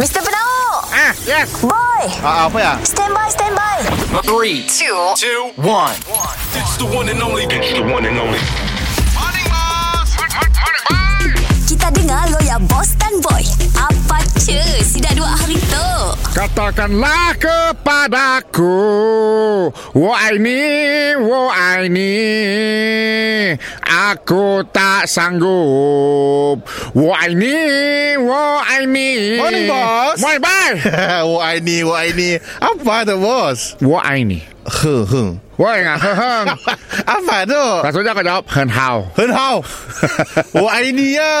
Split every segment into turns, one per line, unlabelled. Mr. Penau
Ah, yes.
Boy
Ah, apa ya?
Stand by, stand by
Three,
Two
two, one.
It's the one and only. It's the one and only.
Kita dengar lo ya Boss dan Boy Apa cu Si dah dua hari tu
Katakanlah kepadaku Wahai ni, wahai ni Aku tak sanggup Wahai ni, wahai ni
Morning, boss.
Morning, bye
Wah ini, wah ini. Apa tu bos?
Wahai ni
Heng heng.
Wahai ngah heng
Apa tu?
Maksudnya kau jawab Hen hao
Hen hao. Wah ini ya.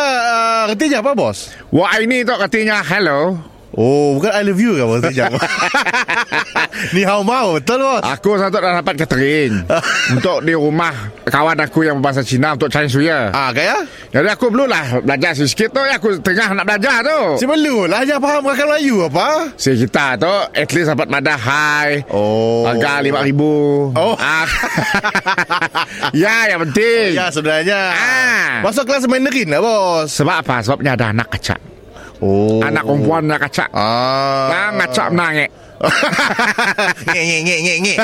Uh, artinya apa bos?
Wahai ni tu katanya hello
Oh, bukan I love you ke bos? Kejap. Ni hao mau, betul bos?
Aku satu dah dapat catering Untuk di rumah Kawan aku yang berbahasa Cina Untuk Chinese Suya
Ah, kaya?
Jadi aku perlulah Belajar sikit tu Aku tengah nak belajar tu
Si perlu lah ajar faham kakak Melayu apa?
Si kita tu At least dapat madah hai
Oh.
Harga RM5,000
Oh.
Ah. Ya yang penting
Ya, sebenarnya.
Ah.
Masuk kelas Mandarin lah bos.
Sebab apa? Sebabnya ada anak kacak
Oh.
Anak perempuan nak kacak
Ah.
Nah, ngacak menangek
Ngek ngek ngek ngek ngek.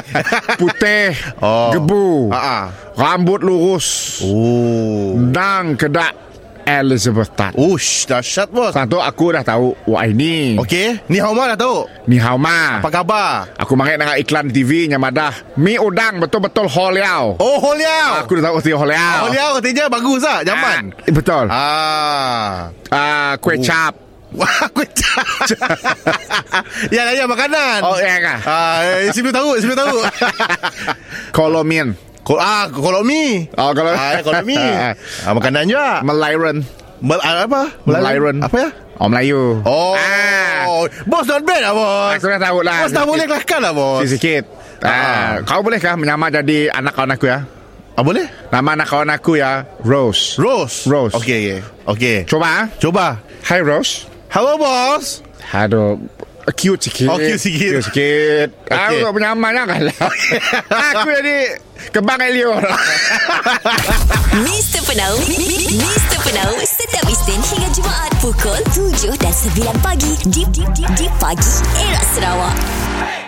Putih
Oh.
Gebu
Ah, ah.
Rambut lurus
Oh.
Nang kedak Elizabeth Tan
Ush, dahsyat bos.
Satu aku dah tahu Wah ini
Okey, ni hao mau dah tahu.
Ni hao ma
Oh. Apa khabar?
Aku mangit dengan iklan TV Yang madah Mi udang betul-betul ho liao
Oh, ho liao.
Aku dah tahu si ho liao
ho liao katanya bagus ah, zaman.
ah, Betul ah.
Ah.
Kue
Oh.
cap
Wah, aku Ya, ya makanan.
Oh ya kah
Ah, eh, sebelum tahu, sebelum tahu.
Kolomian
Kol ah, kolomi.
Oh kalau
Ah, kolomi. ah, makanan juga.
Melayu
Mel ah, apa?
Melayu
Apa ya?
Oh Melayu
Oh.
ah.
Bos not bad lah bos.
Aku dah tahu lah
Bos dah boleh kelakar lah bos.
Sikit ah.
Ah.
Kau bolehkah menyamar jadi anak kawan aku ya
Ah, boleh?
Nama anak kawan aku ya Rose
Rose.
Rose.
Okey, okey. Okey.
Coba ah.
Coba.
Hi Rose
Hello bos.
Aduh Cute sikit
Oh, cute sikit.
Cute sikit okay. Aku
Okay.
tak punya aman lah kan Aku jadi Kebang Elio
Mr. Penau Mr. Penau Setiap Isnin hingga Jumaat Pukul 7 dan 9 pagi Di, di, di, di pagi Era Sarawak